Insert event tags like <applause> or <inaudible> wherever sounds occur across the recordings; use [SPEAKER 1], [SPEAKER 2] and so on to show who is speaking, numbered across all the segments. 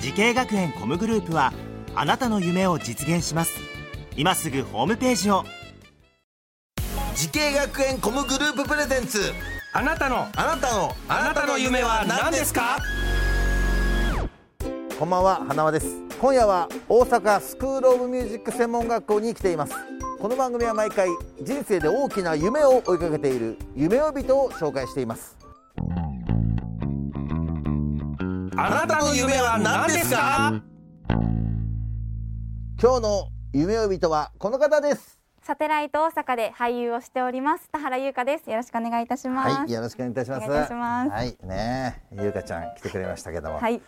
[SPEAKER 1] 時系学園コムグループはあなたの夢を実現します今すぐホームページを
[SPEAKER 2] 時系学園コムグループプレゼンツ
[SPEAKER 3] あなたの
[SPEAKER 2] あなたの
[SPEAKER 3] あなたの夢は何ですか
[SPEAKER 4] こんばんは花輪です今夜は大阪スクールオブミュージック専門学校に来ていますこの番組は毎回人生で大きな夢を追いかけている夢追い人を紹介しています
[SPEAKER 3] あなたの夢は何ですか
[SPEAKER 4] 今日の夢追い人はこの方です
[SPEAKER 5] サテライト大阪で俳優をしております田原優香ですよろしくお願いいたします
[SPEAKER 4] はいよろしくお願いいたします
[SPEAKER 5] お願いいたします
[SPEAKER 4] はいねえゆうかちゃん来てくれましたけども、
[SPEAKER 5] はい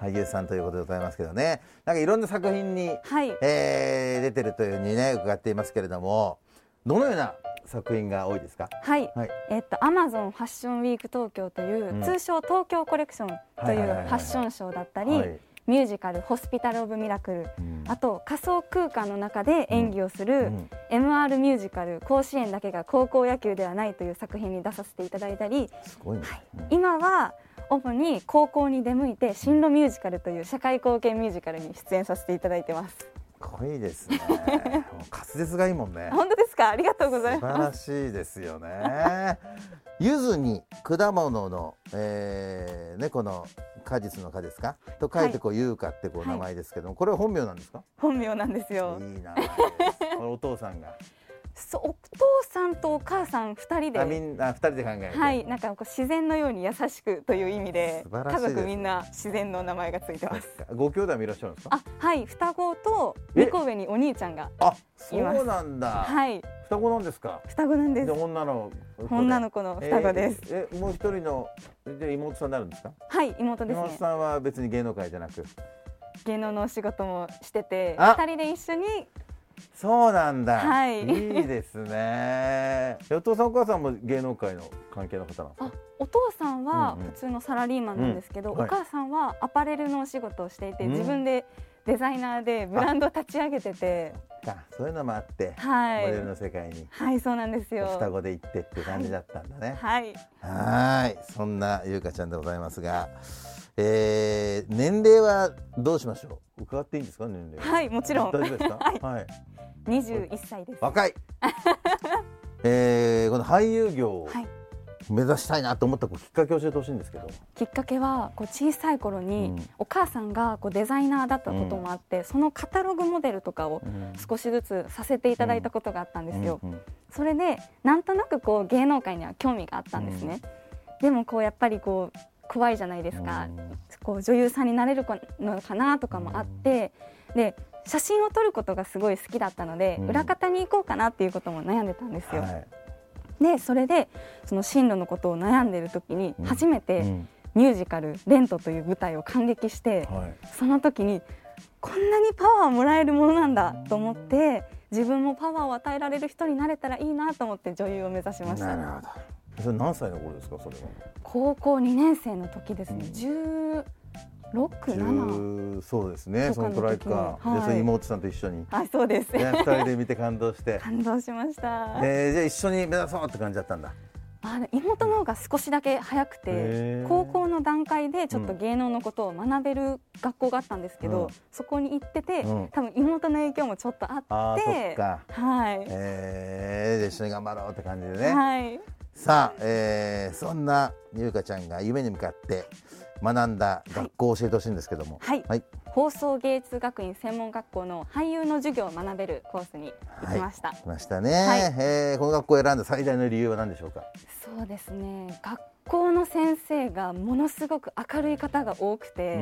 [SPEAKER 4] 俳優さんということでございますけどねなんかいろんな作品に、
[SPEAKER 5] はい
[SPEAKER 4] えー出てるというふうにね伺っていますけれどもどのような作品が多いですか
[SPEAKER 5] はい
[SPEAKER 4] はい
[SPEAKER 5] えっとアマゾンファッションウィーク東京とい
[SPEAKER 4] う
[SPEAKER 5] う、
[SPEAKER 4] ん
[SPEAKER 5] 通称東京コレクションと
[SPEAKER 4] はいいうはい
[SPEAKER 5] フ
[SPEAKER 4] はいはい
[SPEAKER 5] ァッションショーだったり、
[SPEAKER 4] はい
[SPEAKER 5] ミュージカルホスピタルオブミラクルあと仮想空間の中で演技をする、
[SPEAKER 4] ん
[SPEAKER 5] MR ミュージカル甲子園だけが高校野球ではないという作品に出させていただいたり
[SPEAKER 4] すごいね、
[SPEAKER 5] 今は主に高校に出向いて進路ミュージカルという社会貢献ミュージカルに出演させていただいてます
[SPEAKER 4] かっこいいですね。もう滑舌がいいもんね。
[SPEAKER 5] 本当ですかありがとうご
[SPEAKER 4] 素
[SPEAKER 5] ざい
[SPEAKER 4] 晴
[SPEAKER 5] ます
[SPEAKER 4] らしいですよね。柚子に果物の、えー、猫の果実の果ですかと書いてこう、ゆうかってこう
[SPEAKER 5] はい
[SPEAKER 4] 名前ですけども、これは本名なんですか、
[SPEAKER 5] 本名なんですよ
[SPEAKER 4] い、い名前です。これお父さんが。
[SPEAKER 5] そうお父さんとお母さん二人
[SPEAKER 4] あみ
[SPEAKER 5] で
[SPEAKER 4] んな二人で考えて。
[SPEAKER 5] はいなんかこう自然のように優しくという意味で
[SPEAKER 4] 素晴らし
[SPEAKER 5] 家
[SPEAKER 4] いですね
[SPEAKER 5] 族みんな自然の名前がついてます
[SPEAKER 4] ご兄弟もいらっしゃるんですか
[SPEAKER 5] あはい双子と
[SPEAKER 4] え
[SPEAKER 5] 二個上にお兄ちゃんが
[SPEAKER 4] あそうなんだ。
[SPEAKER 5] はい
[SPEAKER 4] 双子なんですか
[SPEAKER 5] 双子なん
[SPEAKER 4] で
[SPEAKER 5] で
[SPEAKER 4] す女の子で
[SPEAKER 5] 女の子の双子です、、
[SPEAKER 4] えーえもう一人ので妹さんになるんですか
[SPEAKER 5] はい妹です
[SPEAKER 4] 妹
[SPEAKER 5] ね
[SPEAKER 4] さんは別に芸能界じゃなく
[SPEAKER 5] 芸能のお仕事もしてて
[SPEAKER 4] あ
[SPEAKER 5] 二人で一緒に
[SPEAKER 4] そうなんだ。
[SPEAKER 5] はい
[SPEAKER 4] いですね。お父さんお母さんも芸能界の関係の方なんですか
[SPEAKER 5] あ。お父さんは
[SPEAKER 4] うんうん
[SPEAKER 5] 普通のサラリーマンなんですけど、
[SPEAKER 4] うんはい
[SPEAKER 5] お母さんはアパレルのお仕事をしていて、
[SPEAKER 4] うん
[SPEAKER 5] 自分でデザイナーでブランドを立ち上げてて
[SPEAKER 4] かそういうのもあって、
[SPEAKER 5] はい
[SPEAKER 4] モデルの世界に
[SPEAKER 5] はいそうなんですよ
[SPEAKER 4] 双子で行ってっていう感じだったんだね。
[SPEAKER 5] はい
[SPEAKER 4] はーい、そんなゆうかちゃんでございますが、えー、年齢はどうしましょう。伺っていいんですか年齢。
[SPEAKER 5] はいもちろん
[SPEAKER 4] 大丈夫です
[SPEAKER 5] <laughs>
[SPEAKER 4] か。はい。
[SPEAKER 5] 21歳です
[SPEAKER 4] 若
[SPEAKER 5] <laughs>
[SPEAKER 4] い。えー、この俳優業を
[SPEAKER 5] はい
[SPEAKER 4] 目指したいなと思ったこうきっかけを教えてほしいんですけど。
[SPEAKER 5] きっかけはこう小さい頃に
[SPEAKER 4] うん
[SPEAKER 5] お母さんがこうデザイナーだったこともあって、そのカタログモデルとかを
[SPEAKER 4] ん
[SPEAKER 5] 少しずつさせていただいたことがあったんですよ、
[SPEAKER 4] うんうん
[SPEAKER 5] それでなんとなくこう芸能界には興味があったんですね、でもこうやっぱりこう怖いじゃないですか、
[SPEAKER 4] うん
[SPEAKER 5] こう女優さんになれるのかなとかもあって、で写真を撮ることがすごい好きだったので、
[SPEAKER 4] うん
[SPEAKER 5] 裏方に行こうかなっていうことも悩んでたんですよ、
[SPEAKER 4] はい。
[SPEAKER 5] でそれでその進路のことを悩んでる時に
[SPEAKER 4] うん
[SPEAKER 5] 初めて
[SPEAKER 4] うん
[SPEAKER 5] ミュージカル「レント」という舞台を感激して、
[SPEAKER 4] はい。
[SPEAKER 5] その時にこんなにパワーもらえるものなんだと思って自分もパワーを与えられる人になれたらいいなと思って女優を目指しまし
[SPEAKER 4] なる
[SPEAKER 5] た
[SPEAKER 4] ほど。それ何歳の頃ですか、それは。
[SPEAKER 5] 高校2年生の時ですね16、7
[SPEAKER 4] 十、そうですね、
[SPEAKER 5] と
[SPEAKER 4] そ
[SPEAKER 5] かの
[SPEAKER 4] の
[SPEAKER 5] 時に
[SPEAKER 4] くらいか。
[SPEAKER 5] は
[SPEAKER 4] で、
[SPEAKER 5] い
[SPEAKER 4] その妹さんと一緒
[SPEAKER 5] <laughs>
[SPEAKER 4] に。ね、
[SPEAKER 5] あそうです、
[SPEAKER 4] 二人で見て感動
[SPEAKER 5] <laughs>
[SPEAKER 4] して。
[SPEAKER 5] 感動しました、
[SPEAKER 4] えー、じゃあ一緒に目指そうって感じだったんだ。
[SPEAKER 5] あ妹の方が少しだけ早くて
[SPEAKER 4] へー
[SPEAKER 5] 高校の段階でちょっと芸能のことを学べる学校があったんですけど、
[SPEAKER 4] うん
[SPEAKER 5] そこに行ってて、
[SPEAKER 4] うん
[SPEAKER 5] 多分妹の影響もちょっとあって
[SPEAKER 4] あーそっか
[SPEAKER 5] はい、
[SPEAKER 4] えー、じゃあ一緒に頑張ろうって感じでね。
[SPEAKER 5] はい
[SPEAKER 4] さあ、えー、そんな優香ちゃんが夢に向かって学んだ学校を教えてほしいんですけども。
[SPEAKER 5] はい
[SPEAKER 4] はい。
[SPEAKER 5] 放送芸術学院専門学校の俳優の授業を学べるコースに行きました、
[SPEAKER 4] 来ましたね。
[SPEAKER 5] はい
[SPEAKER 4] えーこの学校を選んだ最大の理由は何でしょうか。
[SPEAKER 5] そうですね学校の先生がものすごく明るい方が多くて、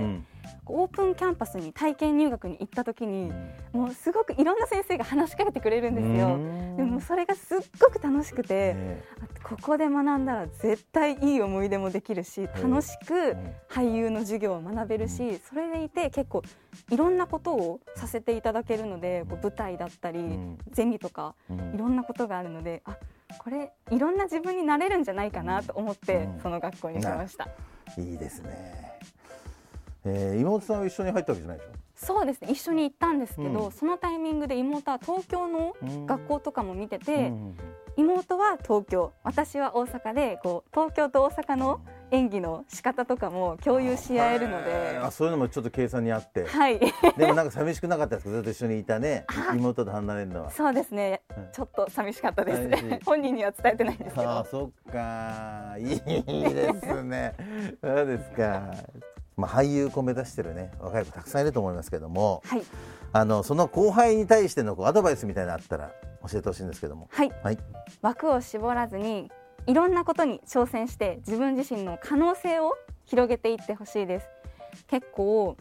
[SPEAKER 5] オープンキャンパスに体験入学に行った時に、もうすごくいろんな先生が話しかけてくれるんですよ。でもそれがすっごく楽しくて、ここで学んだら絶対いい思い出もできるし楽しく俳優の授業を学べるしそれでいて結構いろんなことをさせていただけるのでこう舞台だったりゼミとかいろんなことがあるのであこれいろんな自分になれるんじゃないかなと思ってその学校にしました。
[SPEAKER 4] いいですね。えー、妹さんは一緒に入ったわけじゃないでしょ。
[SPEAKER 5] そうですね一緒に行ったんですけど、
[SPEAKER 4] うん
[SPEAKER 5] そのタイミングで妹は東京の学校とかも見てて、
[SPEAKER 4] うん
[SPEAKER 5] 妹は東京私は大阪でこう東京と大阪の演技の仕方とかも共有し合えるので
[SPEAKER 4] えーあ、そういうのもちょっと計算にあって。
[SPEAKER 5] はい <laughs>
[SPEAKER 4] でもなんか寂しくなかったですか。ずっと一緒にいたね。妹と離れるのは。
[SPEAKER 5] そうですねちょっと寂しかったで
[SPEAKER 4] 寂しい
[SPEAKER 5] す <laughs> 本人には伝えてないんですけ
[SPEAKER 4] ああ
[SPEAKER 5] ど
[SPEAKER 4] そっかい <laughs> いですねそうですかまあ俳優を目指してるね若い子たくさんいると思いますけども
[SPEAKER 5] はい
[SPEAKER 4] あのその後輩に対してのこうアドバイスみたいなのあったら教えてほしいんですけども
[SPEAKER 5] はい
[SPEAKER 4] はい
[SPEAKER 5] 枠を絞らずにいろんなことに挑戦して自分自身の可能性を広げていってほしいです結構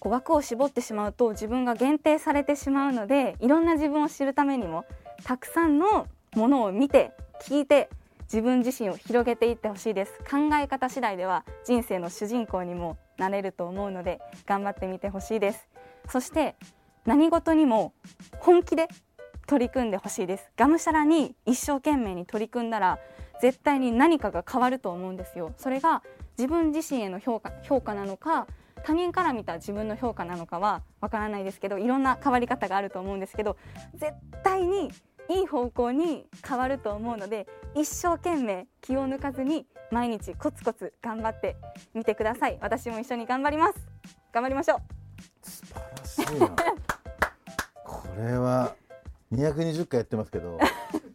[SPEAKER 5] こう枠を絞ってしまうと自分が限定されてしまうのでいろんな自分を知るためにもたくさんのものを見て聞いて自分自身を広げていってほしいです考え方次第では人生の主人公にもなれると思うので頑張ってみてほしいですそして何事にも本気で取り組んでほしいですがむしゃらに一生懸命に取り組んだら絶対に何かが変わると思うんですよそれが自分自身への評価評価なのか他人から見た自分の評価なのかはわからないですけどいろんな変わり方があると思うんですけど絶対にいい方向に変わると思うので一生懸命気を抜かずに毎日コツコツ頑張ってみてください私も一緒に頑張ります頑張りましょう
[SPEAKER 4] 素晴らしい
[SPEAKER 5] <laughs>
[SPEAKER 4] なこれは220回やってますけど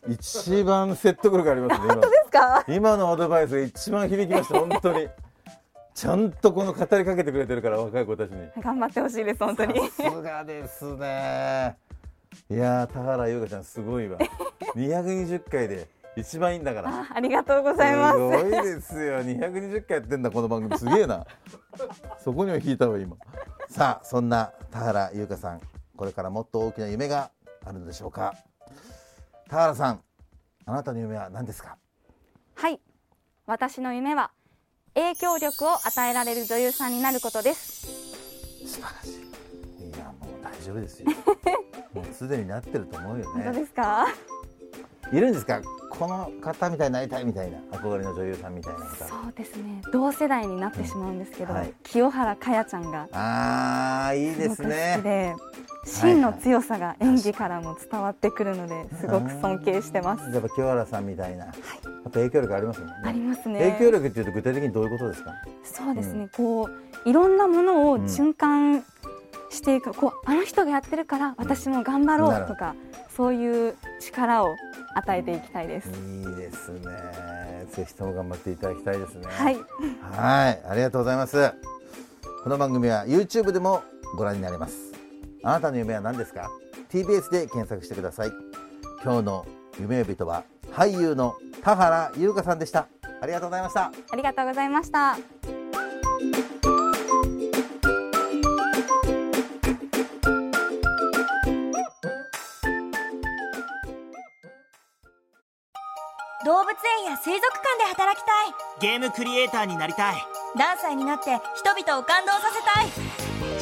[SPEAKER 4] 一番説得力ありますね本当ですか今のアドバイスが一番響きました本当にちゃんとこの語りかけてくれてるから若い子たちに
[SPEAKER 5] 頑張ってほしいです本当に
[SPEAKER 4] さすがですね。いやー田原優香ちゃんすごいわ。220回で一番いいんだから。
[SPEAKER 5] あありがとうございます
[SPEAKER 4] すごいですよ。220回やってんだこの番組すげえな。そこには引いたわ今。さあそんな田原優香さんこれからもっと大きな夢があるのでしょうか。田原さんあなたの夢は何ですか。
[SPEAKER 5] はい私の夢は影響力を与えられる女優さんになることです
[SPEAKER 4] 素晴らしい。いやもう大丈夫ですよ。もうすでになってると思うよね。
[SPEAKER 5] 本当ですか
[SPEAKER 4] いるんですかこの方みたいになりたいみたいな憧れの女優さんみたいな方
[SPEAKER 5] そうですね同世代になってしまうんですけど、
[SPEAKER 4] はい
[SPEAKER 5] 清原かやちゃんが
[SPEAKER 4] あーいい
[SPEAKER 5] す
[SPEAKER 4] で
[SPEAKER 5] ご
[SPEAKER 4] す
[SPEAKER 5] く好きで
[SPEAKER 4] ね
[SPEAKER 5] 芯の強さが演技からも伝わってくるのですごく尊敬してます
[SPEAKER 4] やっぱ清原さんみたいな、やっぱ影響力ありますもんね
[SPEAKER 5] ありますね
[SPEAKER 4] 影響力っていうと具体的にどういうことですか
[SPEAKER 5] そうですね、こういろんなものを
[SPEAKER 4] ん
[SPEAKER 5] 循環していく、こうあの人がやってるから私も頑
[SPEAKER 4] な
[SPEAKER 5] 張
[SPEAKER 4] る
[SPEAKER 5] ろう
[SPEAKER 4] ほど
[SPEAKER 5] とかそういう力を与えていきたいです、
[SPEAKER 4] いいですねぜひとも頑張っていただきたいですね
[SPEAKER 5] はい
[SPEAKER 4] はいありがとうございますこの番組は YouTube でもご覧になれますあなたの夢は何ですか TBS で検索してください今日の夢呼人は俳優の田原優香さんでしたありがとうございました
[SPEAKER 5] ありがとうございました
[SPEAKER 6] 動物園や水族館で働きたい
[SPEAKER 1] ゲームクリエイターになりたい
[SPEAKER 6] ダンサーになって人々を感動させたい